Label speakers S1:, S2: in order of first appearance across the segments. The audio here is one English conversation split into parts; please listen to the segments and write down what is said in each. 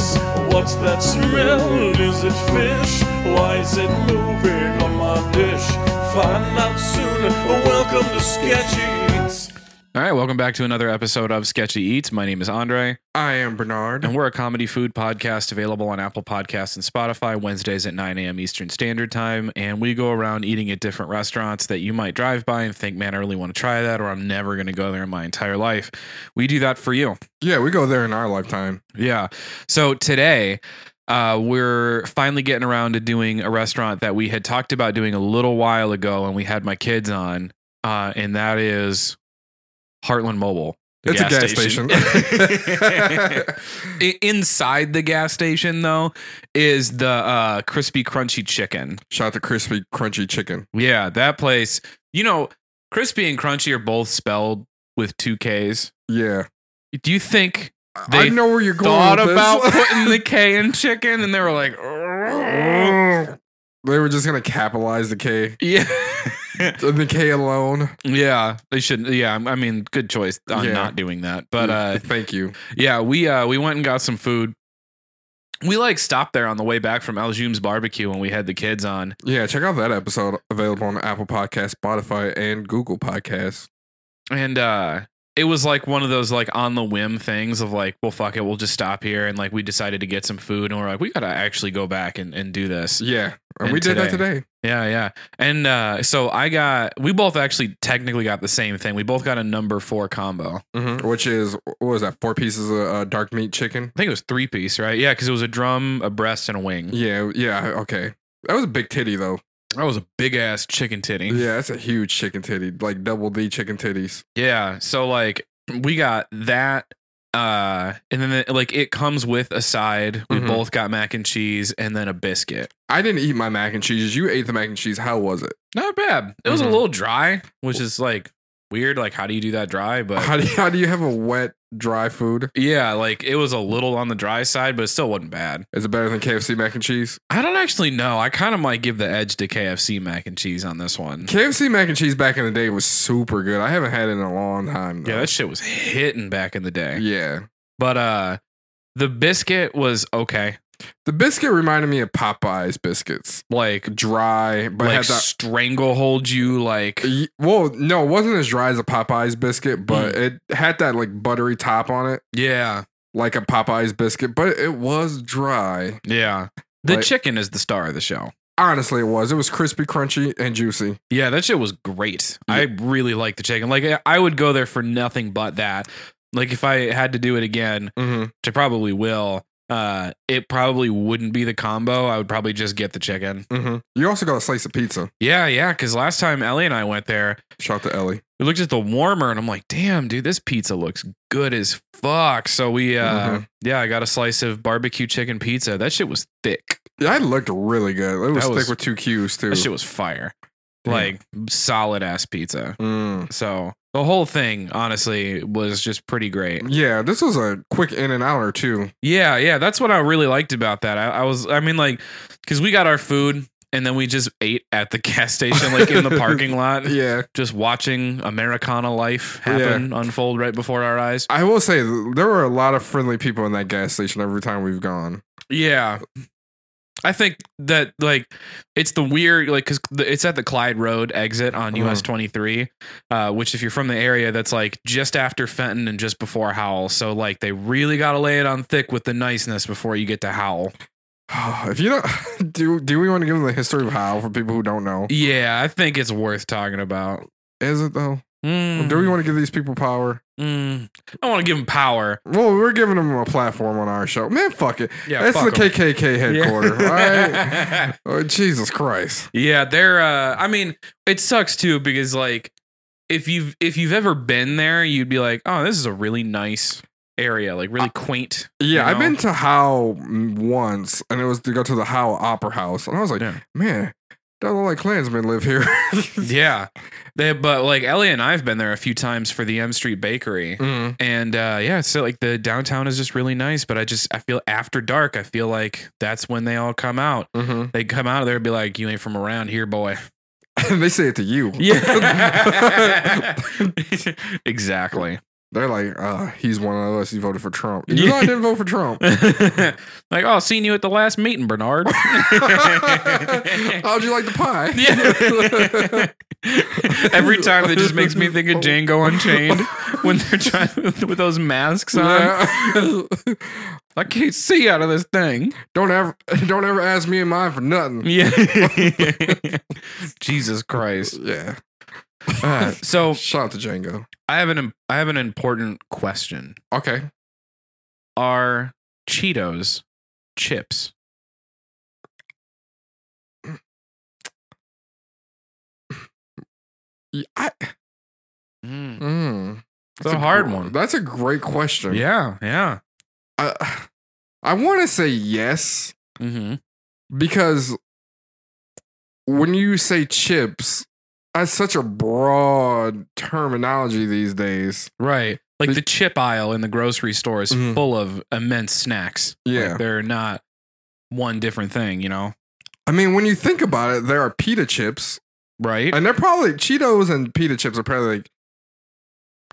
S1: What's that smell? Is it fish? Why is it moving on my dish? Find out soon. Welcome to Sketchy Eats.
S2: All right, welcome back to another episode of Sketchy Eats. My name is Andre,
S3: I am Bernard.
S2: and we're a comedy food podcast available on Apple Podcasts and Spotify Wednesdays at 9 a.m. Eastern Standard Time. And we go around eating at different restaurants that you might drive by and think, man, I really want to try that, or I'm never going to go there in my entire life. We do that for you.
S3: yeah, we go there in our lifetime.
S2: Yeah. So today, uh, we're finally getting around to doing a restaurant that we had talked about doing a little while ago, and we had my kids on, uh, and that is Heartland Mobile. the
S3: it's a gas station.
S2: I- Inside the gas station, though, is the uh, crispy, crunchy chicken.
S3: Shout out to crispy, crunchy chicken.
S2: Yeah, that place. You know, crispy and crunchy are both spelled with two K's.
S3: Yeah,
S2: Do you think
S3: I- I
S2: They
S3: know where you're going.
S2: thought
S3: with this.
S2: about putting the K in chicken, and they were like, "Oh."
S3: they were just gonna capitalize the K,
S2: yeah,
S3: the K alone.
S2: yeah, they shouldn't. Yeah, I mean, good choice on
S3: Yeah. Mm.
S2: not doing that. But
S3: Yeah,
S2: uh,
S3: thank you.
S2: yeah, we uh, we went and got some food. We like stopped there on the way back from Al Jum's barbecue when we had the kids on.
S3: Yeah, check out that episode available on Apple Podcasts, Spotify, and Google Podcasts.
S2: and uh it was like one of those like on the whim things of like well fuck it we'll just stop here and like we decided to get some food and we're like we gotta actually go back and, and do this
S3: Yeah, and,
S2: And
S3: we did that today.
S2: yeah yeah and uh so i got we both actually technically got the same thing we both got a number four combo i
S3: Mhm. Which is what was that? Four pieces of uh, dark meat chicken.
S2: think it was three piece right yeah because it was a drum a breast and a wing
S3: Yeah, yeah. Okay, that was a big titty though.
S2: that was a big ass chicken titty
S3: Yeah, that's a huge chicken titty, like double D chicken titties.
S2: Yeah. So like we got that uh and then like it comes with a side. We
S3: Mhm.
S2: both got mac and cheese and then a biscuit.
S3: I didn't eat my mac and cheese. You ate the mac and cheese. How was it?
S2: Not bad. It was a
S3: Mhm.
S2: little dry, which is like weird like how do you do that dry? But
S3: How do you, how do you have a wet dry food?
S2: yeah, like it was a little on the dry side, but it still wasn't bad.
S3: Is it better than KFC mac and cheese?
S2: I don't actually know. I kind of might give the edge to KFC mac and cheese on this one.
S3: KFC mac and cheese back in the day was super good. I haven't had it in a long time.
S2: Yeah,
S3: though.
S2: that shit was hitting back in the day.
S3: yeah.
S2: But uh the biscuit was okay.
S3: The biscuit reminded me of Popeyes biscuits,
S2: Like
S3: dry, but
S2: like
S3: had that.
S2: stranglehold you like
S3: y- well, no, it wasn't as dry as a Popeyes biscuit, but
S2: Mm.
S3: it had that like buttery top on it,
S2: Yeah.
S3: like a Popeyes biscuit, but it was dry.
S2: Yeah. The
S3: Like-
S2: chicken is the star of the show.
S3: Honestly, it was. It was crispy, crunchy, and juicy.
S2: Yeah, that shit was great. I really like the chicken. Like I- I would go there for nothing but that. Like if I had to do it again,
S3: Mm-hmm.
S2: which I probably will, uh, it probably wouldn't be the combo. I would probably just get the chicken.
S3: Mm-hmm. You also got a slice of pizza.
S2: Yeah, yeah. Cause last time Ellie and I went there,
S3: Shout out to Ellie.
S2: we looked at the warmer and I'm like, damn, dude, this pizza looks good as fuck. So we uh
S3: Mhm.
S2: yeah, I got a slice of barbecue chicken pizza. That shit was thick.
S3: That looked really good. It was,
S2: That was-
S3: thick with two Q's too.
S2: That shit was fire.
S3: Damn.
S2: Like solid ass pizza.
S3: Mm.
S2: So the whole thing, honestly, was just pretty great.
S3: Yeah, this was a quick in and out or two.
S2: Yeah, yeah, that's what I really liked about that. I, I was, I mean, like, because we got our food and then we just ate at the gas station, like in the parking lot,
S3: Yeah,
S2: just watching Americana life happen unfold right before our eyes.
S3: I will say th- there were a lot of friendly people in that gas station every time we've gone.
S2: Yeah. I think that like it's the weird like because it's at the Clyde Road exit on
S3: Mhm.
S2: US 23, uh, which if you're from the area, that's like just after Fenton and just before Howell. So like they really got to lay it on thick with the niceness before you get to Howell.
S3: if you don't, do do we want to give them the history of how for people who don't know?
S2: Yeah, I think it's worth talking about.
S3: Is it though?
S2: Mm,
S3: Do we want to give these people power?
S2: mm. I want to give him power.
S3: Well, we're giving them a platform on our show. Man, fuck it.
S2: Yeah,
S3: That's
S2: fuck
S3: the
S2: 'em.
S3: KKK headquarter.
S2: Yeah.
S3: All right. Oh, Jesus Christ.
S2: Yeah, they're uh I mean, it sucks too because like if you've if you've ever been there, you'd be like, "Oh, this is a really nice area, like really quaint."
S3: Yeah,
S2: you
S3: I've
S2: know?
S3: been to Howe once, and it was to go to the Howe Opera House, and I was like,
S2: Yeah.
S3: man, don't look like Klansmen live here.
S2: Yeah. They but like Ellie and I've been there a few times for the M Street Bakery.
S3: Mm.
S2: And uh yeah, so like the downtown is just really nice, but I just I feel after dark, I feel like that's when they all come out.
S3: Mhm.
S2: They come out of there and be like, "You ain't from around here, boy."
S3: And they say it to you.
S2: exactly.
S3: They're like, uh, he's one of us. He voted for Trump. Even though I didn't vote for Trump.
S2: like, oh, seen you at the last meeting, Bernard.
S3: How'd you like the pie?
S2: Yeah. Every time that just makes me think of Django Unchained when they're trying with those masks on.
S3: Yeah.
S2: I can't see out of this thing.
S3: don't ever, don't ever ask me and mine for nothing.
S2: Yeah. Jesus Christ.
S3: Yeah.
S2: Uh, so
S3: Shout out to Django.
S2: I have an im- I have an important question.
S3: Okay.
S2: Are Cheetos chips?
S3: Yeah, I,
S2: It's
S3: mm,
S2: a hard one.
S3: That's a great question.
S2: Yeah, yeah.
S3: I, I want to say yes
S2: Mm-hmm.
S3: because when you say chips, that's such a broad terminology these days.
S2: Right. Like the chip aisle in the grocery store is
S3: Mhm.
S2: full of immense snacks.
S3: Yeah.
S2: Like they're not one different thing, you know?
S3: I mean, when you think about it, there are pita chips,
S2: Right?
S3: and they're probably Cheetos and pita chips are probably like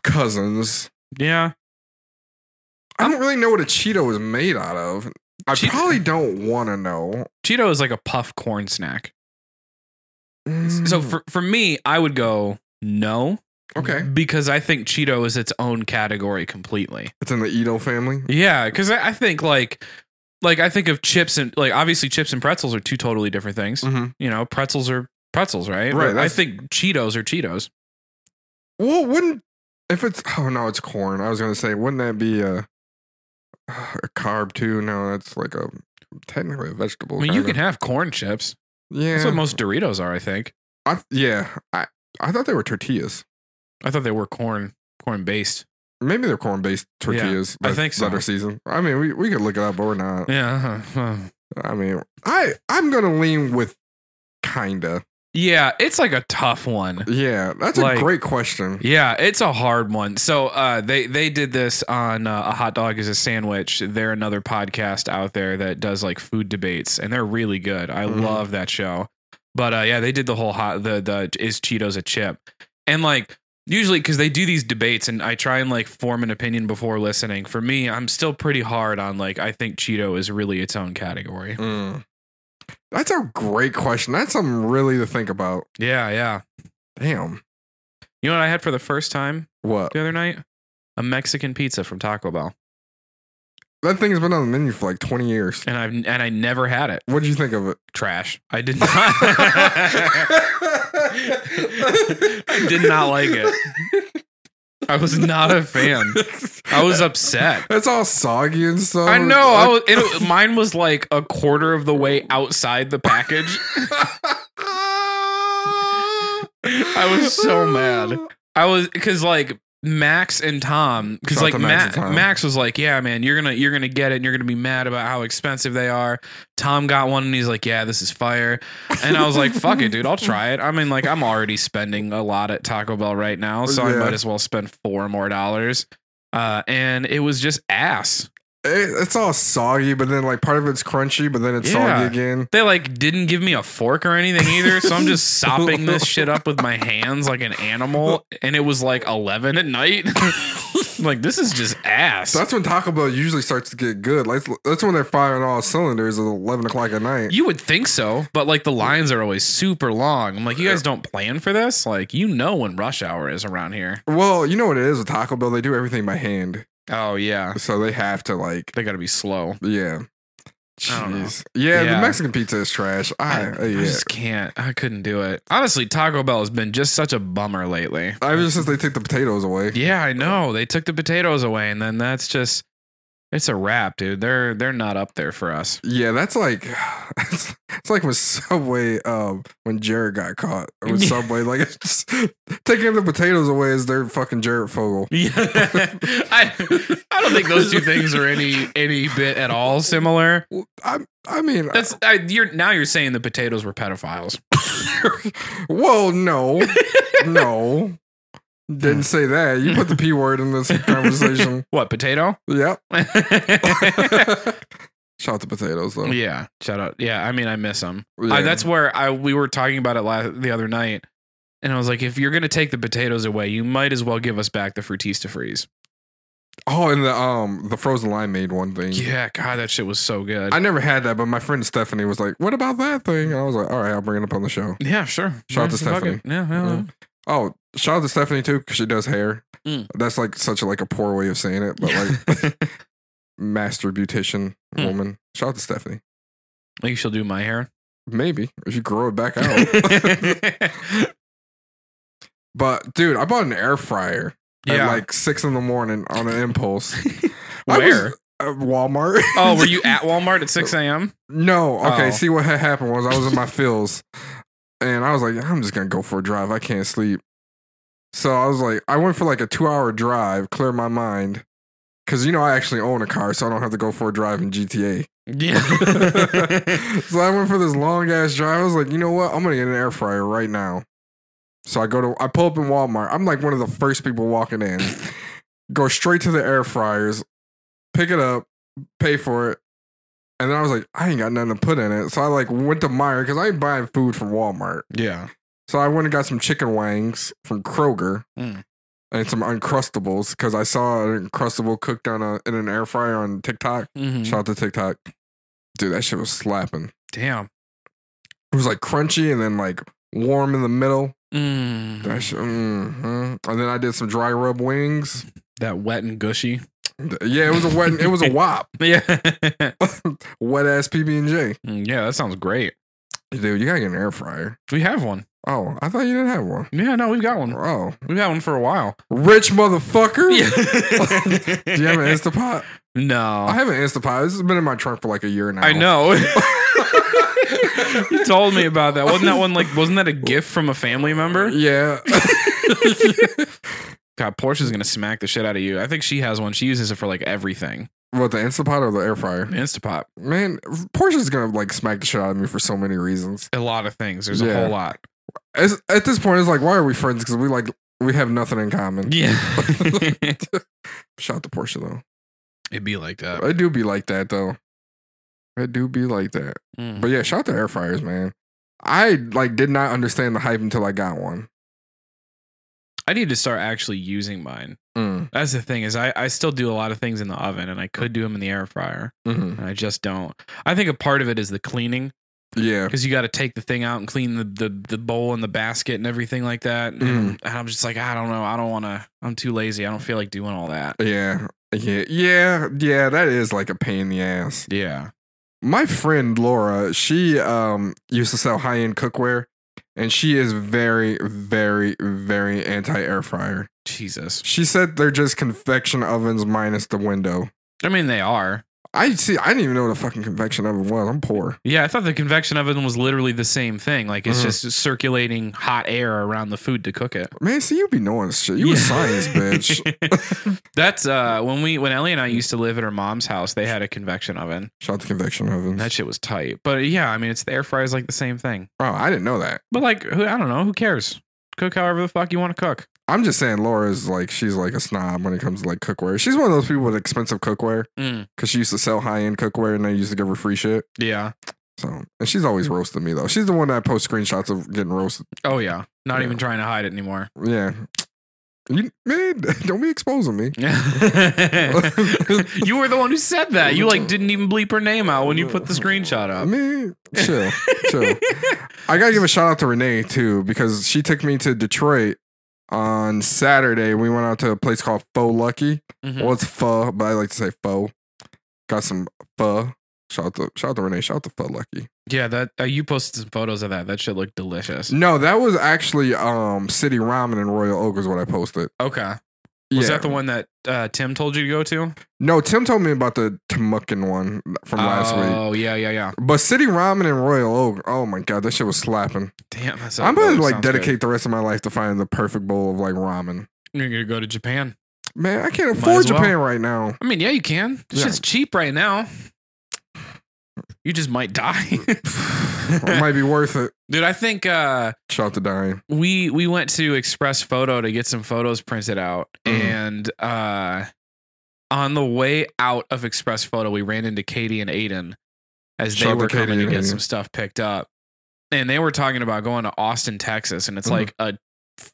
S3: cousins.
S2: yeah.
S3: I don't really know what a Cheeto is made out of. I
S2: Cheet-
S3: probably don't want to know.
S2: Cheeto is like a puff corn snack. So for, for me, I would go no.
S3: Mm. okay,
S2: Because I think Cheeto is its own category completely.
S3: it's in the Edo family.
S2: Yeah, because I, I think like like I think of chips and like obviously chips and pretzels are two totally different things.
S3: Mhm.
S2: You know, pretzels are pretzels, right?
S3: Right,
S2: But I
S3: that's-
S2: think Cheetos are Cheetos.
S3: Well, wouldn't if it's oh no, it's corn. I was gonna say, wouldn't that be a a carb too? No, that's like a technically a vegetable.
S2: I mean, you can
S3: kinda.
S2: have corn chips. That's
S3: yeah,
S2: what most Doritos are, I think.
S3: I, yeah. I I thought they were tortillas.
S2: I thought they were corn corn based.
S3: Maybe they're corn based tortillas.
S2: I
S3: that-
S2: think so.
S3: That are seasoned. I mean, we, we could look it up, but we're not.
S2: Yeah. uh-huh.
S3: I mean, I I'm gonna lean with kinda.
S2: Yeah, it's like a tough one.
S3: Yeah, that's
S2: Like-
S3: a great question.
S2: Yeah, it's a hard one. So uh, they they did this on uh, a hot dog is a sandwich. They're another podcast out there that does like food debates, and they're really good. I
S3: Mhm.
S2: love that show. But uh, yeah, they did the whole hot the the is Cheetos a chip, and like usually because they do these debates, and I try and like form an opinion before listening. For me, I'm still pretty hard on like I think Cheeto is really its own category.
S3: Mm. That's a great question. That's something really to think about.
S2: Yeah, yeah.
S3: Damn.
S2: You know what I had for the first time
S3: What?
S2: the other night? A Mexican pizza from Taco Bell,
S3: That thing's been on the menu for like 20 years.
S2: and I've and I never had it.
S3: What did you think of it?
S2: trash. I did not. I did not like it. I was not a fan. I was upset.
S3: It's all soggy and stuff.
S2: I know. I was, it, mine was like a quarter of the way outside the package. I was so mad. I was because like Max and Tom, because
S3: Shout out
S2: like
S3: to Max and
S2: Max,
S3: Tom.
S2: Max was like, "Yeah, man, you're gonna you're gonna get it, and you're gonna be mad about how expensive they are." Tom got one, and he's like, "Yeah, this is fire," and I was like, "Fuck it, dude, I'll try it." I mean, like, I'm already spending a lot at Taco Bell right now, so I
S3: Yeah.
S2: might as well spend four more dollars. Uh, and it was just ass.
S3: It- it's all soggy, but then like part of it's crunchy, but then it's
S2: Yeah.
S3: soggy again.
S2: They like didn't give me a fork or anything either, so I'm just sopping this shit up with my hands like an animal. And it was like 11 at night. I'm like this is just ass.
S3: So that's when Taco Bell usually starts to get good. Like that's when they're firing all cylinders at 11 o'clock at night.
S2: You would think so, but like the lines are always super long. I'm like, you guys don't plan for this? Like, you know when rush hour is around here.
S3: Well, you know what it is with Taco Bell? They do everything by hand,
S2: Oh yeah,
S3: so they have to like,
S2: they got to be slow.
S3: yeah.
S2: I don't know.
S3: Jeez. Yeah,
S2: Yeah.
S3: the Mexican pizza is trash. I,
S2: I, I
S3: yeah.
S2: just can't. I couldn't do it. Honestly, Taco Bell has been just such a bummer lately.
S3: Ever since they took the potatoes away.
S2: Yeah, I know they took the potatoes away, and then that's just it's a wrap, dude. They're they're not up there for us.
S3: Yeah, that's like it's, it's like when Subway um when Jared got caught with
S2: Yeah.
S3: Subway like it's just, taking the potatoes away is their fucking Jared Fogle.
S2: Yeah, I I don't think those two things are any any bit at all similar.
S3: Well, I I mean
S2: That's I, you're now you're saying the potatoes were pedophiles.
S3: well no no didn't say that you put the p word in this conversation
S2: What potato?
S3: yep
S2: yeah.
S3: shout out to potatoes though
S2: Shout out. Yeah. I mean, I miss them.
S3: Yeah.
S2: that's where I we were talking about it last the other night, and I was like, if you're gonna take the potatoes away, you might as well give us back the frutista freeze.
S3: Oh, and the um the frozen limeade one thing.
S2: Yeah, God, that shit was so good.
S3: Mm. I never had that, but my friend Stephanie was like, "What about that thing?" And I was like, "All right, I'll bring it up on the show."
S2: yeah, sure.
S3: Shout out
S2: yeah, fuck
S3: to Stephanie.
S2: it. Yeah, yeah, yeah.
S3: Yeah. Oh, shout out to Stephanie too because she does hair.
S2: Mm.
S3: That's like such a, like a poor way of saying it, but like master beautician
S2: Mm.
S3: woman. Shout out to Stephanie.
S2: Maybe she'll do my hair.
S3: Maybe if you grow it back out. but dude, I bought an air fryer at
S2: yeah.
S3: like six in the morning on an impulse. I was-
S2: Where?
S3: at Walmart.
S2: oh, were you at Walmart at 6 a.m.?
S3: No. Okay.
S2: Oh.
S3: See what had happened was I was in my fields, and I was like, I'm just gonna go for a drive. I can't sleep. So I was like, I went for like a two hour drive, clear my mind, because you know I actually own a car, so I don't have to go for a drive in GTA.
S2: Yeah.
S3: so I went for this long ass drive. I was like, you know what? I'm gonna get an air fryer right now. So I go to I pull up in Walmart. I'm like one of the first people walking in. go straight to the air fryers, pick it up, pay for it. And then I was like, I ain't got nothing to put in it. So I like went to Meyer because I ain't buying food from Walmart.
S2: yeah.
S3: So I went and got some chicken wings from Kroger
S2: Mm.
S3: and some Uncrustables because I saw an Uncrustable cooked on a, in an air fryer on TikTok.
S2: Mhm.
S3: Shout out to TikTok. Dude, that shit was slapping.
S2: Damn.
S3: It was like crunchy and then like warm in the middle.
S2: Mm.
S3: That shit, mhm. And then I did some dry rub wings.
S2: That wet and gushy.
S3: Yeah, it was a wet. It was a wop.
S2: Yeah. Mm,
S3: Wet ass PB and J.
S2: yeah, that sounds great.
S3: Dude, you gotta get an air fryer.
S2: We have one.
S3: Oh, I thought you didn't have one.
S2: Yeah, no, we've got one.
S3: Oh,
S2: We've had one for a while.
S3: rich motherfucker. Do you have an
S2: Yeah.
S3: Instapot? I
S2: no.
S3: have an Instapot. This has been in my trunk for like a year now.
S2: I know. you told me about that. Wasn't that one like wasn't that a gift from a family member?
S3: Yeah.
S2: God, Porsche's gonna smack the shit out of you. I think she has one. She uses it for like everything.
S3: what the Instapot or the air fryer?
S2: Instapot.
S3: Man, Porsche's gonna like smack the shit out of me for so many reasons.
S2: A lot of things. There's a
S3: Yeah.
S2: whole lot.
S3: It's, at this point, it's like, why are we friends? Because we like we have nothing in common.
S2: Yeah.
S3: Shout out to Porsche though.
S2: It'd be like that.
S3: I do be like that though. I do be like that.
S2: Mm.
S3: But yeah, shout out to air fryers, man. I like did not understand the hype until I got one.
S2: I need to start actually using mine.
S3: Mm,
S2: That's the thing is I, I still do a lot of things in the oven and I could do them in the air fryer
S3: mhm.
S2: and I just don't. I think a part of it is the cleaning
S3: Yeah,
S2: because you got to take the thing out and clean the, the, the bowl and the basket and everything like that. And,
S3: Mhm.
S2: and I'm just like, I don't know. I don't want to. I'm too lazy. I don't feel like doing all that.
S3: yeah, yeah, yeah, yeah. That is like a pain in the ass.
S2: Yeah.
S3: My friend Laura, she um used to sell high end cookware, and she is very, very, very anti air fryer.
S2: Jesus.
S3: She said they're just convection ovens minus the window.
S2: I mean, they are.
S3: I see. I didn't even know what a fucking convection oven was. I'm poor.
S2: Yeah, I thought the convection oven was literally the same thing. Like it's
S3: Mhm.
S2: just circulating hot air around the food to cook it.
S3: Man, see, you be knowing this shit. You
S2: Yeah.
S3: a science bitch.
S2: That's uh when we when Ellie and I used to live at her mom's house, they had a convection oven.
S3: Shout out to convection ovens.
S2: That shit was tight. But yeah, I mean it's the air fryer is like the same thing.
S3: Oh, I didn't know that.
S2: But like who I don't know, who cares? Cook however the fuck you want to cook.
S3: I'm just saying Laura's like she's like a snob when it comes to like cookware. She's one of those people with expensive cookware because she used to sell high end cookware and they used to give her free shit.
S2: Yeah.
S3: So and she's always
S2: Mm.
S3: roasting me though. She's the one that I post screenshots of getting roasted.
S2: Oh yeah. Not
S3: Yeah.
S2: even trying to hide it anymore.
S3: Yeah. You man, don't be exposing me.
S2: you were the one who said that. You like didn't even bleep her name out Oh, when you put the screenshot up.
S3: Man, chill, chill. I gotta give a shout out to Renee too, because she took me to Detroit on Saturday. We went out to a place called Faux Lucky.
S2: Mhm.
S3: Well, it's pho, but I like to say pho. Got some pho. Shout out to shout out to Renee. Shout out to pho Lucky.
S2: Yeah, that uh, you posted some photos of that. That shit looked delicious.
S3: No, that was actually um City Ramen in Royal Oak is what I posted.
S2: Okay. Was
S3: Yeah.
S2: that the one that uh, Tim told you to go to
S3: No, Tim told me about the Tamukin one from last week.
S2: Oh yeah, yeah, yeah.
S3: But City Ramen in Royal Oak, oh my god, that shit was slapping.
S2: Damn, that's
S3: I'm gonna like
S2: sounds good.
S3: dedicate the rest of my life to finding the perfect bowl of like ramen.
S2: You're gonna go to Japan.
S3: Man, I can't
S2: Might
S3: afford
S2: as well.
S3: Japan right now.
S2: I mean, yeah, you can. This
S3: Yeah.
S2: shit's cheap right now. You just might die,
S3: it might be worth it.
S2: dude. I think uh,
S3: Shout out to Dying.
S2: we we went to Express Photo to get some photos printed out,
S3: Mhm.
S2: and uh, on the way out of Express Photo, we ran into Katie and Aiden as
S3: Shout
S2: they
S3: out to
S2: were
S3: Katie
S2: coming to
S3: and
S2: get
S3: Aiden.
S2: some stuff picked up, and they were talking about going to Austin, Texas, and it's
S3: Mhm.
S2: like a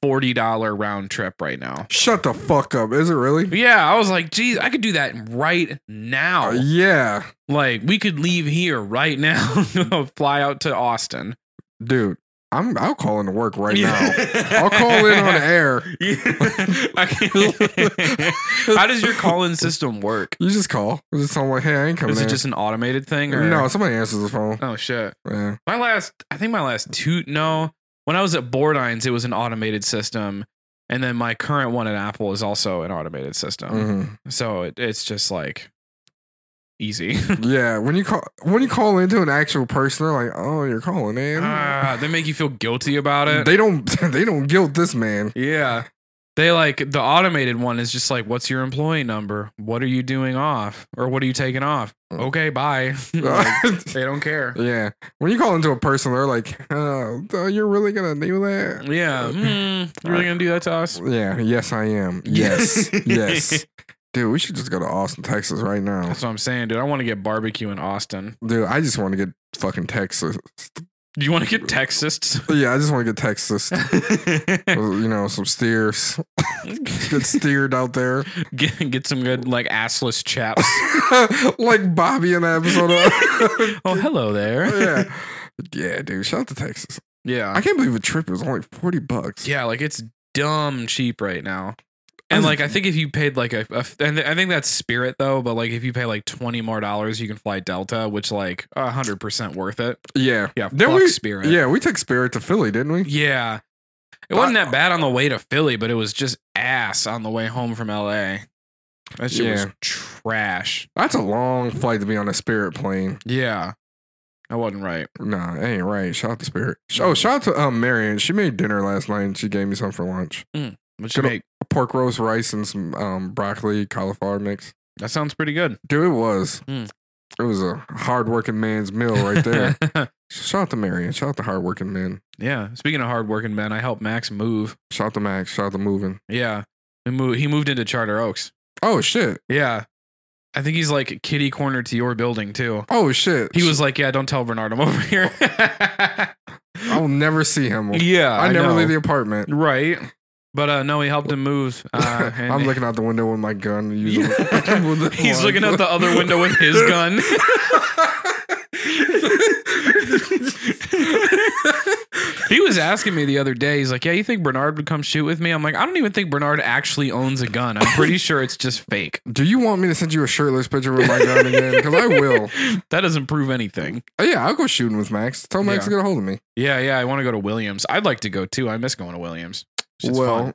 S2: forty dollar round trip right now.
S3: Shut the fuck up. Is it really?
S2: Yeah, I was like, geez, I could do that right now.
S3: Uh, yeah,
S2: Like, we could leave here right now, fly out to Austin.
S3: dude. I'm I'll call in to work right now. I'll call in on air.
S2: I can't- How does your call-in system work?
S3: You just call. Just tell them like, hey, I ain't coming.
S2: Is it
S3: in.
S2: just an automated thing? Or?
S3: no? Somebody answers the phone.
S2: Oh shit.
S3: Yeah.
S2: My last, I think my last two. No, when I was at Boardines, it was an automated system, and then my current one at Apple is also an automated system.
S3: hmm
S2: So it, it's just like easy.
S3: Yeah. When you call when you call into an actual person, they're like, oh, you're calling in.
S2: Ah, they make you feel guilty about it.
S3: they don't they don't guilt this man.
S2: yeah. They like the automated one is just like, what's your employee number? What are you doing off? Or what are you taking off? Okay, bye. Like, they don't care.
S3: yeah. When you call into a person, they're like, oh, th- you're really gonna do that?
S2: Yeah. Mm, you really gonna do that to us?
S3: Yeah. Yes, I am. Yes. yes. Dude, we should just go to Austin, Texas right now.
S2: That's what I'm saying, dude. I want to get barbecue in Austin.
S3: Dude, I just want to get fucking Texas.
S2: Do you want to get Texas?
S3: Yeah, I just want to get Texas. you know, some steers. get steered out there.
S2: get, get some good like assless chaps.
S3: like Bobby in that episode. Of-
S2: oh, hello there.
S3: yeah. Yeah, dude. Shout out to Texas. I
S2: Yeah.
S3: can't believe a trip was only 40 bucks.
S2: Yeah, like it's dumb cheap right now. And like I think if you paid like a, a and I think that's Spirit though, but like if you pay like 20 more dollars, you can fly Delta, which like 100% worth it.
S3: Yeah.
S2: Yeah,
S3: Then
S2: fuck
S3: we-
S2: Spirit.
S3: Yeah, we took Spirit to Philly, didn't we?
S2: Yeah. It wasn't that bad on the way to Philly, but it was just ass on the way home from LA. That shit was
S3: Yeah.
S2: trash.
S3: That's a long flight to be on a Spirit plane. nah
S2: Yeah. I wasn't right.
S3: Nah, that ain't right. Shout out to Spirit. Sh- Oh, shout out to um, Marion. She made dinner last night and she gave me some for lunch.
S2: What'd you
S3: Good ol-
S2: make?
S3: Pork roast rice and some um, broccoli cauliflower mix.
S2: That sounds pretty good.
S3: Dude, it was.
S2: Mm.
S3: It was a hardworking man's meal right there. shout out to Marion. Shout out to hardworking men.
S2: yeah. Speaking of hardworking men, I helped Max move.
S3: Shout out to Max. Shout out to moving.
S2: Yeah. We moved, he moved into Charter Oaks.
S3: Oh, shit.
S2: Yeah. I think he's like kitty corner to your building too.
S3: Oh, shit.
S2: He was like, Yeah, don't tell Bernard I'm over here.
S3: I'll never see him.
S2: yeah.
S3: I, never
S2: know.
S3: leave the apartment.
S2: Right. But uh no, he helped him move. Uh, and-
S3: I'm looking out the window with my gun. and using- with the
S2: He's
S3: wand.
S2: looking out the other window with his gun. He was asking me the other day, he's like, Yeah, you think Bernard would come shoot with me? I'm like, I don't even think Bernard actually owns a gun. I'm pretty sure it's just fake.
S3: Do you want me to send you a shirtless picture with my gun again? Because I will.
S2: That doesn't prove anything.
S3: Oh, yeah, I'll go shooting with Max. Tell Max
S2: Yeah.
S3: to get a hold of me.
S2: Yeah, yeah. I want to go to Williams. I'd like to go too. I miss going to Williams. Shit's
S3: well,
S2: fun.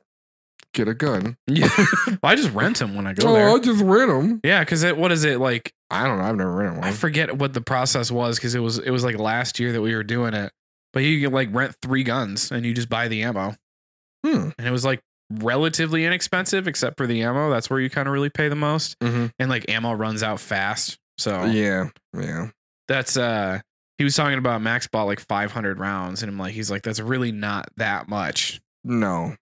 S3: get a gun.
S2: yeah. well, I just rent them when I go
S3: Oh,
S2: there.
S3: I'll just rent them.
S2: Yeah, because it what is it like?
S3: I don't know. I've never rented
S2: I
S3: one.
S2: forget what the process was because it was it was like last year that we were doing it. But you could like rent three guns and you just buy the ammo,
S3: Hmm.
S2: and it was like relatively inexpensive except for the ammo. That's where you kind of really pay the most,
S3: Mhm.
S2: and like ammo runs out fast. So
S3: Yeah. Yeah.
S2: that's uh. He was talking about Max bought like 500 rounds, and I'm like, he's like, that's really not that much.
S3: No.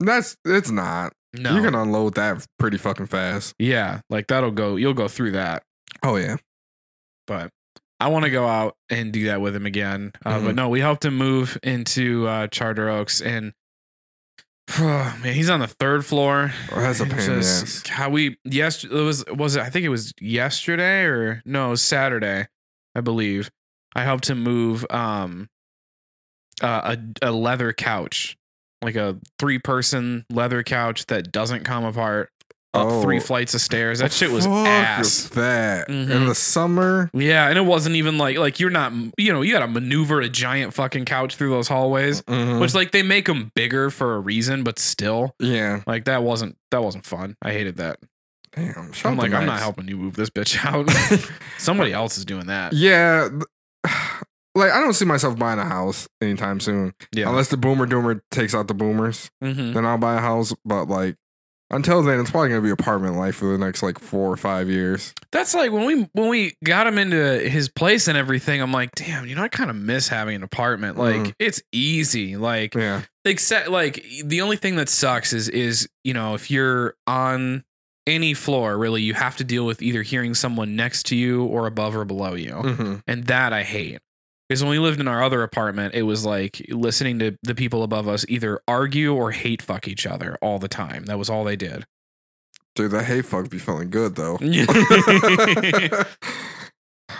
S3: That's it's not.
S2: No,
S3: You can unload that pretty fucking fast.
S2: Yeah, like that'll go. You'll go through that,
S3: Oh yeah.
S2: but I want to go out and do that with him again. Uh,
S3: Mhm.
S2: But no, we helped him move into uh, Charter Oaks, and man, he's on the third floor.
S3: Oh, that's a
S2: It
S3: pain in the
S2: just-
S3: ass.
S2: How we yes it was was it? I think it was yesterday or no it was Saturday, I believe. I helped him move um uh, a a leather couch, like a three person leather couch that doesn't come apart. Up
S3: Oh.
S2: three flights of stairs. That shit was
S3: Fuck
S2: ass.
S3: That in
S2: Mhm.
S3: the summer.
S2: Yeah, and it wasn't even like like you're not you know you got to maneuver a giant fucking couch through those hallways,
S3: Mhm.
S2: which like they make them bigger for a reason, but still
S3: yeah.
S2: like that wasn't that wasn't fun. I hated that.
S3: Damn. shout
S2: I'm
S3: out to
S2: like I'm not
S3: Max.
S2: helping you move this bitch out. Somebody else is doing that.
S3: Yeah. th- Like I don't see myself buying a house anytime soon.
S2: Yeah.
S3: Unless the boomer doomer takes out the boomers.
S2: hmm
S3: Then I'll buy a house. But like until then it's probably gonna be apartment life for the next like four or five years.
S2: That's like when we when we got him into his place and everything. I'm like, damn, you know, I kind of miss having an apartment. Like
S3: Mhm.
S2: it's easy. Like
S3: Yeah.
S2: except like the only thing that sucks is is you know if you're on any floor really you
S3: Oh,
S2: Mm. have to deal with either hearing someone next to you or above or below you
S3: hmm
S2: and that i hate Because when we lived in our other apartment, it was like listening to the people above us either argue or hate fuck each other all the time. That was all they did.
S3: Dude, that hate fuck be feeling good though.
S2: yeah,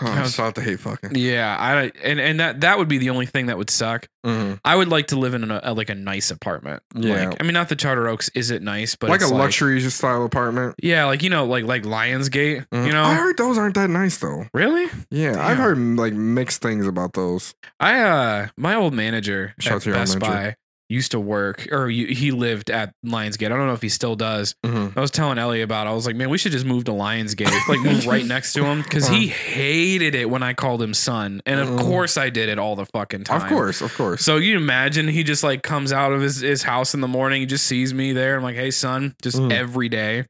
S3: I was about to hate fucking.
S2: I and and that that would be the only thing that would suck.
S3: hmm
S2: I would like to live in a, a like a nice apartment.
S3: Yeah.
S2: Like, I mean, not the Charter Oaks isn't nice, but
S3: like a
S2: it's
S3: luxury style apartment.
S2: Yeah, like you know, like like Lionsgate.
S3: Mhm.
S2: You know,
S3: I heard those aren't that nice though.
S2: really?
S3: Yeah,
S2: Damn.
S3: I've heard like mixed things about those.
S2: I uh my old manager
S3: Shout out
S2: at
S3: to your old
S2: Best
S3: manager.
S2: Buy used to work or you, he lived at Lionsgate. I don't know if he still does.
S3: Mm-hmm.
S2: I was telling Ellie about it. I was like, man, we should just move to Lionsgate, like move right next to him cuz he hated it when I called him son. And of
S3: Uh-huh. Mm.
S2: course I did it all the fucking time.
S3: Of course, of course.
S2: So you imagine he just like comes out of his, his house in the morning, he just sees me there. I'm like, "Hey son," just
S3: Mm.
S2: every day.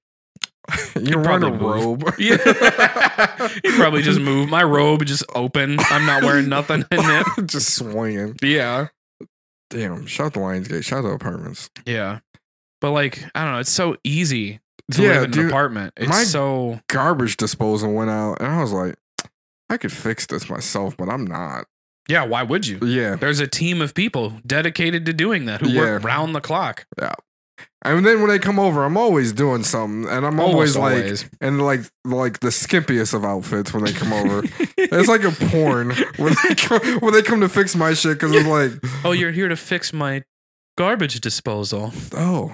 S3: You're wearing a
S2: probably
S3: robe.
S2: Yeah. he probably just moved my robe just open. I'm not wearing nothing in it.
S3: just swinging.
S2: Yeah.
S3: Damn! Shout out to Lionsgate. Shout out to apartments.
S2: Yeah. But like, I don't know, it's so easy to
S3: Yeah,
S2: live in
S3: dude.
S2: an apartment. It's
S3: My-
S2: so
S3: Garbage disposal went out, and I was like, I could fix this myself, but I'm not.
S2: Yeah, why would you?
S3: Yeah.
S2: There's a team of people dedicated to doing that who work round the clock.
S3: And then when they come over, I'm always doing something, and I'm always
S2: Almost
S3: like,
S2: always.
S3: and like like the skimpiest of outfits when they come over. it's like a porn when they come, when they come to fix my shit because it's like,
S2: Oh, you're here to fix my garbage disposal.
S3: oh,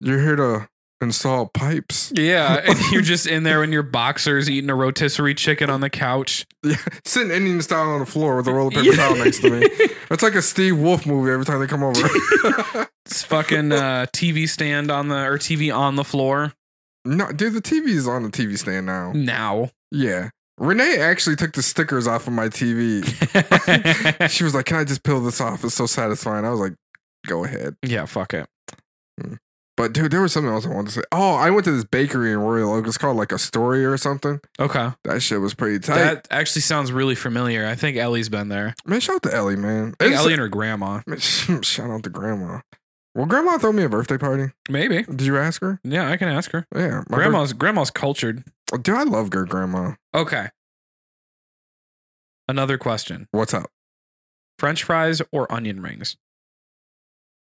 S3: you're here to install pipes.
S2: Yeah. And you're just in there in your boxers eating a rotisserie chicken on the couch.
S3: Yeah, sitting Indian style on the floor with a roll of paper towel next to me. It's like a Steve Wolf movie every time they come over.
S2: It's fucking uh, TV stand on the or TV on the floor
S3: no, dude, the TV is on the TV stand now.
S2: now.
S3: Yeah. Renee actually took the stickers off of my TV. she was like, Can I just peel this off? It's so satisfying. I was like, Go ahead.
S2: yeah, fuck it.
S3: But dude, there was something else I wanted to say. Oh, I went to this bakery in Royal Oak. It's called like Astoria or something.
S2: Okay.
S3: That shit was pretty tight.
S2: That actually sounds really familiar. I think Ellie's been there.
S3: man, shout out to Ellie, man.
S2: I think
S3: It's-
S2: Ellie and her grandma.
S3: man, shout out to grandma. Well, grandma throw me a birthday party.
S2: Maybe.
S3: Did you ask her?
S2: Yeah, I can ask her.
S3: Yeah. my birth-
S2: grandma's grandma's cultured.
S3: Oh, Dude, I love your grandma.
S2: Okay. Another question:
S3: What's up?
S2: French fries or onion rings?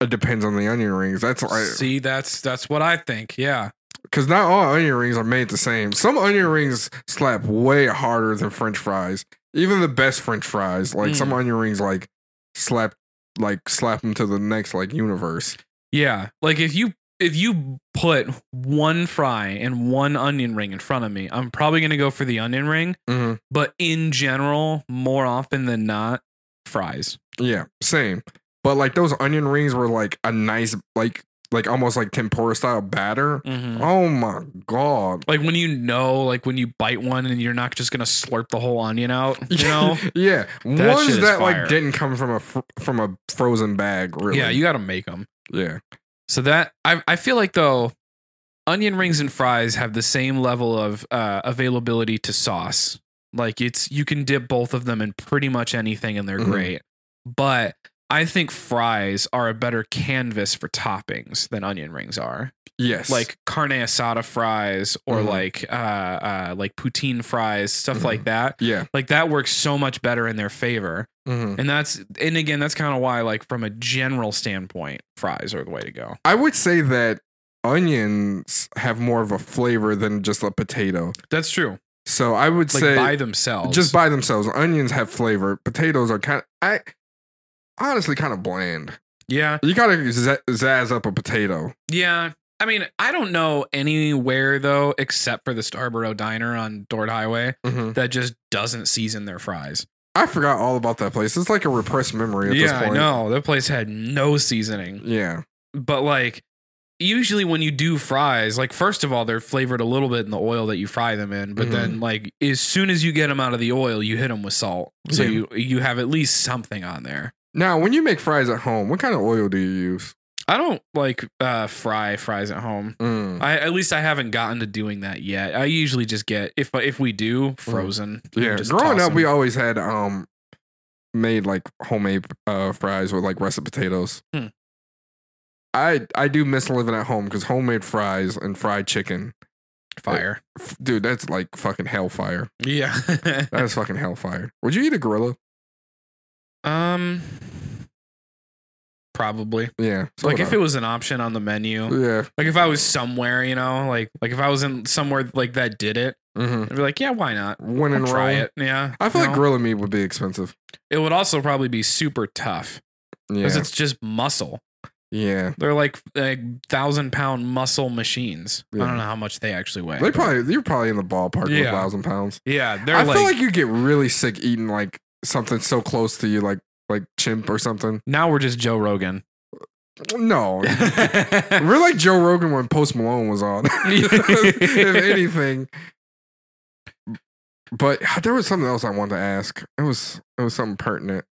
S3: It depends on the onion rings. That's
S2: See, that's that's what I think. Yeah.
S3: because not all onion rings are made the same. Some onion rings slap way harder than French fries. Even the best French fries, like some
S2: Mm.
S3: onion rings, like slap, like slap them to the next like universe.
S2: Yeah. Like if you if you put one fry and one onion ring in front of me, I'm probably gonna go for the onion ring.
S3: Mm-hmm.
S2: But in general, more often than not, fries.
S3: Yeah, same. But like those onion rings were like a nice, like like almost like tempura style batter.
S2: Mm-hmm. Mm.
S3: Oh my god.
S2: Like when you know, like when you bite one and you're not just gonna slurp the whole onion out, you know?
S3: yeah,
S2: That shit
S3: ones
S2: is
S3: that
S2: fire.
S3: like didn't come from a fr- from a frozen bag. Really?
S2: Yeah, you gotta make them.
S3: yeah.
S2: So that I I feel like though onion rings and fries have the same level of uh, availability to sauce. Like it's you can dip both of them in pretty much anything and they're
S3: Mhm.
S2: great. But I think fries are a better canvas for toppings than onion rings are.
S3: Yes.
S2: Like carne asada fries or
S3: Mhm.
S2: like uh, uh like poutine fries, stuff like
S3: Mhm.
S2: that.
S3: yeah.
S2: Like that works so much better in their favor.
S3: Mm-hmm.
S2: And that's and again that's kind of why like from a general standpoint fries are the way to go.
S3: I would say that onions have more of a flavor than just a potato.
S2: That's true.
S3: So I would
S2: like
S3: say
S2: by themselves.
S3: just by themselves, onions have flavor. Potatoes are kind of I honestly kind of bland.
S2: yeah,
S3: You gotta za- zazz up a potato.
S2: yeah. I mean, I don't know anywhere though, except for the Starborough Diner on Dort Highway that just doesn't season their fries.
S3: I forgot all about that place. It's like a repressed memory at this
S2: Yeah, I
S3: point.
S2: know that place had no seasoning.
S3: Yeah,
S2: But like, usually when you do fries, like first of all, they're flavored a little bit in the oil that you fry them in. But
S3: Mhm.
S2: then, like, as soon as you get them out of the oil, you hit them with salt, so
S3: Yeah.
S2: you you have at least something on there.
S3: Now, when you make fries at home, what kind of oil do you use?
S2: I don't like uh, fry fries at home.
S3: Mm.
S2: I at least I haven't gotten to doing that yet. I usually just get if if we do frozen.
S3: Mm-hmm. Yeah,
S2: Just
S3: growing
S2: toss
S3: up, we
S2: 'em.
S3: always had um made like homemade uh, fries with like russet potatoes.
S2: Hmm.
S3: I I do miss living at home because homemade fries and fried chicken,
S2: fire.
S3: f- dude, that's like fucking hellfire.
S2: Yeah.
S3: That is fucking hellfire. Would you eat a gorilla?
S2: Um, probably.
S3: Yeah. so
S2: like
S3: would
S2: if it was an option on the menu,
S3: I. Yeah.
S2: like if I was somewhere, you know, like like if I was in somewhere like that did it,
S3: Mm-hmm.
S2: I'd be like, yeah, why not?
S3: When
S2: I'll
S3: in
S2: try
S3: Rome.
S2: it. Yeah.
S3: I feel
S2: you
S3: like
S2: know?
S3: gorilla meat would be expensive.
S2: it would also probably be super tough
S3: Yeah.
S2: because it's just muscle.
S3: yeah.
S2: They're like like thousand pound muscle machines. I
S3: Yeah.
S2: don't know how much they actually weigh.
S3: They
S2: but-
S3: probably you're probably in the ballpark of
S2: Yeah.
S3: a thousand pounds.
S2: yeah, they're
S3: I
S2: like,
S3: feel like you get really sick eating like something so close to you, like like chimp or something.
S2: now we're just Joe Rogan.
S3: No, we're like Joe Rogan when Post Malone was on, if anything. But there was something else I wanted to ask. It was it was something pertinent.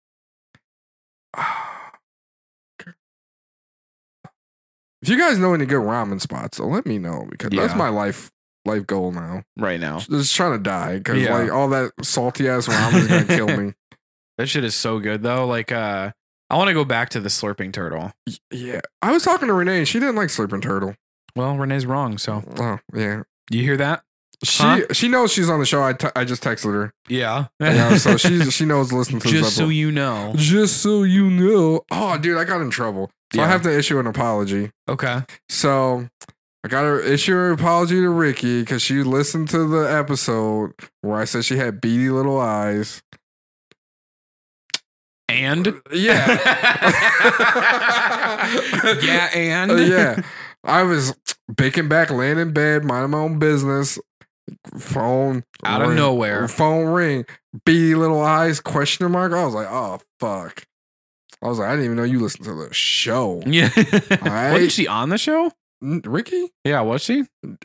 S3: If you guys know any good ramen spots, so let me know because that's
S2: Yeah.
S3: my life life goal now.
S2: right now.
S3: Just trying to die because
S2: Yeah.
S3: like all that salty ass ramen is gonna kill me.
S2: That shit is so good though. Like uh I want to go back to the slurping turtle.
S3: Yeah, I was talking to Renee and she didn't like Slurping Turtle.
S2: Well, Renee's wrong, so
S3: Oh yeah,
S2: you hear that?
S3: she
S2: Huh?
S3: she knows she's on the show. I te- I just texted her.
S2: Yeah.
S3: Yeah, so she she knows listening to
S2: just
S3: this
S2: so
S3: episode.
S2: you know.
S3: just so you know. Oh, dude, I got in trouble. So
S2: Yeah.
S3: I have to issue an apology.
S2: Okay.
S3: So I got to issue an apology to Ricky because she listened to the episode where I said she had beady little eyes.
S2: And
S3: Yeah,
S2: Yeah, and
S3: Uh, yeah. I was baking back, laying in bed, minding my own business. Phone
S2: Out of
S3: ring-
S2: nowhere.
S3: phone ring, beady little eyes, question mark. I was like, oh fuck. I was like, I didn't even know you listened to the show.
S2: Yeah.
S3: Alright.
S2: Wasn't she on the show?
S3: N- Ricky,
S2: Yeah, was she?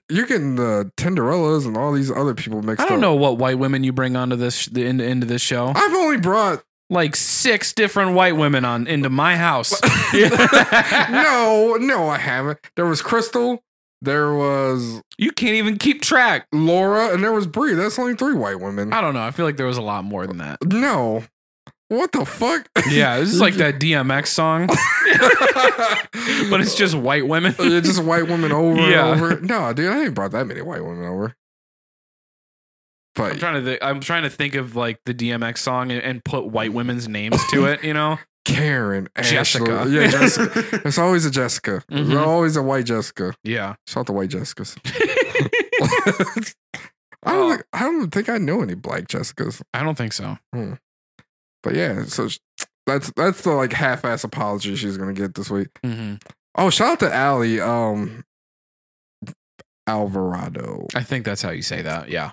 S3: you're getting the Tinderellas and all these other people mixed
S2: I
S3: up.
S2: don't know what white women you bring onto this the into, into this show.
S3: I've only brought
S2: Like six different white women on into my house.
S3: no, no, I haven't. There was Crystal, there was
S2: you can't even keep track.
S3: Laura, and there was Bree. That's only three white women.
S2: I don't know. I feel like there was a lot more than that.
S3: No, what the fuck?
S2: Yeah, this is like that DMX song, but
S3: but
S2: it's just white women.
S3: Uh, Yeah, just white women over
S2: Yeah.
S3: and over. No, dude, I ain't brought that many white women over.
S2: I'm
S3: But
S2: trying to. Th- I'm trying to think of like the DMX song and, and put white women's names to it. You know,
S3: Karen,
S2: Jessica.
S3: Ashley- yeah, Jessica. It's always a Jessica.
S2: Mhm.
S3: There's always a white Jessica.
S2: yeah.
S3: Shout out to white Jessicas. I
S2: Oh.
S3: don't. think- I don't think I know any black Jessicas.
S2: I don't think so.
S3: But yeah, so sh- that's that's the like half-ass apology she's gonna get this week.
S2: hmm
S3: Oh, shout out to Allie. Um, Alvarado.
S2: I think that's how you say that. Yeah,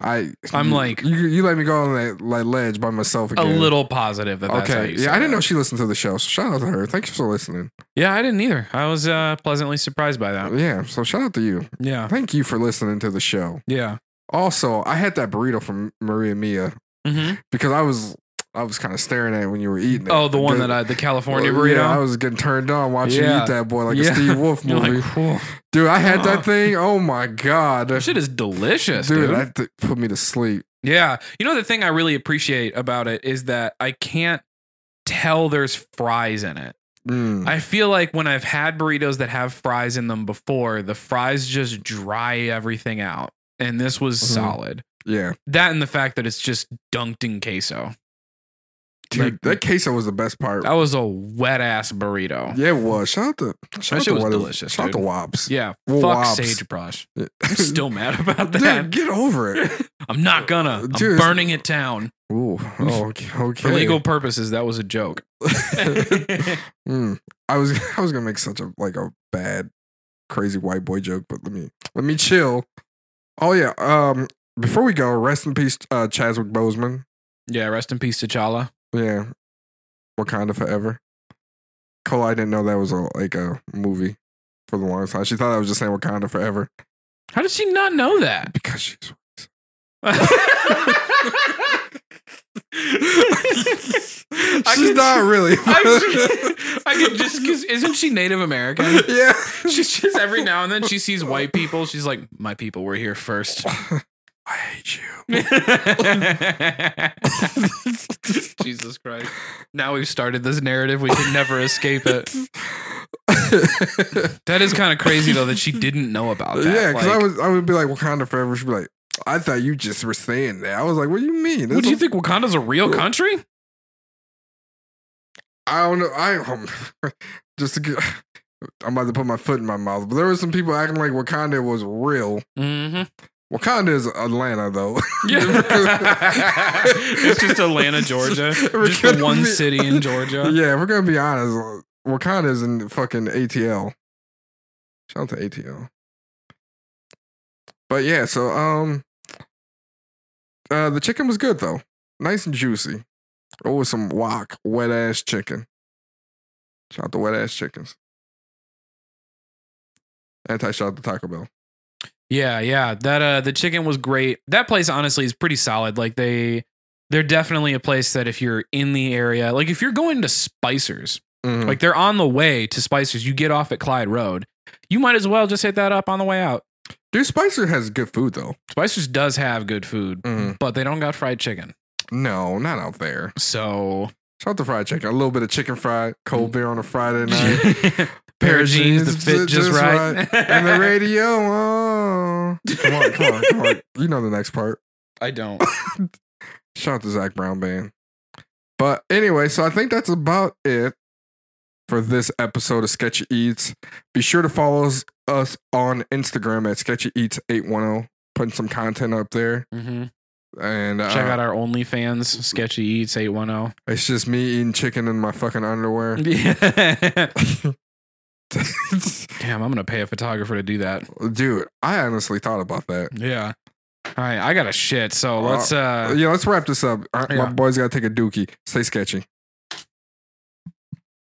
S3: I.
S2: I'm
S3: you-
S2: like-
S3: you. You let me go on that like ledge by myself
S2: a
S3: again.
S2: little positive that that's how
S3: Okay.
S2: you.
S3: Yeah,
S2: say
S3: I didn't
S2: that.
S3: know she listened to the show. So shout out to her. Thank you for listening.
S2: Yeah, I didn't either. I was uh, pleasantly surprised by that.
S3: Yeah. So shout out to you.
S2: Yeah,
S3: Thank you for listening to the show.
S2: yeah.
S3: Also, I had that burrito from Maria Mia
S2: Mm-hmm.
S3: because I was I was kind of staring at it when you were eating it.
S2: Oh, the one that
S3: I
S2: I, the California
S3: Yeah, I
S2: burrito.
S3: was getting turned on watching you
S2: Yeah.
S3: eat that boy like
S2: Yeah.
S3: a Steve Wolf
S2: You're
S3: movie.
S2: like, "Whoa,
S3: dude, I had
S2: Uh.
S3: that thing. Oh my god,
S2: that shit is delicious, dude.
S3: dude, that th- put me to sleep.
S2: Yeah. You know, the thing I really appreciate about it is that I can't tell there's fries in it.
S3: Mm.
S2: I feel like when I've had burritos that have fries in them before, the fries just dry everything out. And this was
S3: Mhm.
S2: solid.
S3: yeah,
S2: That and the fact that it's just dunked in queso.
S3: dude,
S2: Like-
S3: that queso was the best part.
S2: That was a wet ass burrito.
S3: yeah, it was. Shout out to shout
S2: shit
S3: out to
S2: was
S3: Whataburger.
S2: delicious,
S3: Shout out to
S2: dude.
S3: Wops.
S2: Yeah.
S3: Well,
S2: fuck
S3: wops.
S2: sagebrush. I'm still mad about
S3: dude,
S2: that.
S3: get over it.
S2: I'm not gonna. I'm
S3: Dude, it's-
S2: burning it down.
S3: Ooh, oh, okay.
S2: For legal purposes, that was a joke.
S3: Mm. I was I was gonna make such a like a bad crazy white boy joke, but let me let me chill. Oh yeah. Um before we go, rest in peace, uh Chadwick Boseman.
S2: yeah, rest in peace, T'Challa.
S3: Yeah. Wakanda Forever. Cole, I didn't know that was a like a movie for the longest time. She thought I was just saying Wakanda Forever.
S2: How did she not know that?
S3: Because she's
S2: I
S3: She's
S2: could-
S3: not really.
S2: I, I could just because isn't she Native American?
S3: yeah.
S2: She's just every now and then she sees white people. She's like, my people were here first.
S3: I hate you.
S2: Jesus Christ! Now we've started this narrative. We can never escape it. That is kind of crazy though that she didn't know about that.
S3: yeah, because I
S2: Like,
S3: was I would be like Wakanda Forever. She'd be like, I thought you just were saying that. I was like, what do you mean?
S2: What
S3: It's
S2: do you
S3: a-
S2: think? Wakanda's a real country?
S3: I don't know. I um, just to get, I'm about to put my foot in my mouth, but there were some people acting like Wakanda was real.
S2: Mm-hmm.
S3: Wakanda is Atlanta, though.
S2: Yeah. it's just Atlanta, Georgia.
S3: We're
S2: Just the
S3: gonna
S2: one
S3: be-
S2: city in Georgia.
S3: yeah, if we're gonna be honest. Wakanda is in fucking ATL. Shout out to ATL. But yeah, so um, uh, the chicken was good though, nice and juicy. Oh, with some wok, wet ass chicken. Shout out to wet ass chickens. Anti shout out to Taco Bell.
S2: Yeah, yeah. That uh the chicken was great. That place honestly is pretty solid. Like they they're definitely a place that if you're in the area, like if you're going to Spicers,
S3: Mhm.
S2: like they're on the way to Spicers, you get off at Clyde Road. You might as well just hit that up on the way out.
S3: Dude, Spicer has good food though.
S2: Spicers does have good food,
S3: Mhm.
S2: but they don't got fried chicken.
S3: No, not out there.
S2: So
S3: Shout out to fried chicken. A little bit of chicken fried, cold beer on a Friday night.
S2: pair of jeans that fit just, right.
S3: and the radio. Oh. Come on, come on, come on. You know the next part.
S2: I don't.
S3: Shout out to Zach Brown Band. But anyway, so I think that's about it for this episode of Sketchy Eats. Be sure to follow us, us on Instagram at Sketchy Eats 810. Putting some content up there.
S2: Mhm.
S3: And uh,
S2: Check out our OnlyFans, Sketchy Eats oh. 810.
S3: it's just me eating chicken in my fucking underwear.
S2: Yeah. Damn, I'm gonna pay a photographer to do that.
S3: Dude, I honestly thought about that.
S2: Yeah. All right, I got a shit. So let's. uh
S3: yeah, let's wrap this up. All right,
S2: Yeah.
S3: My boy's got to take a dookie. Stay sketchy.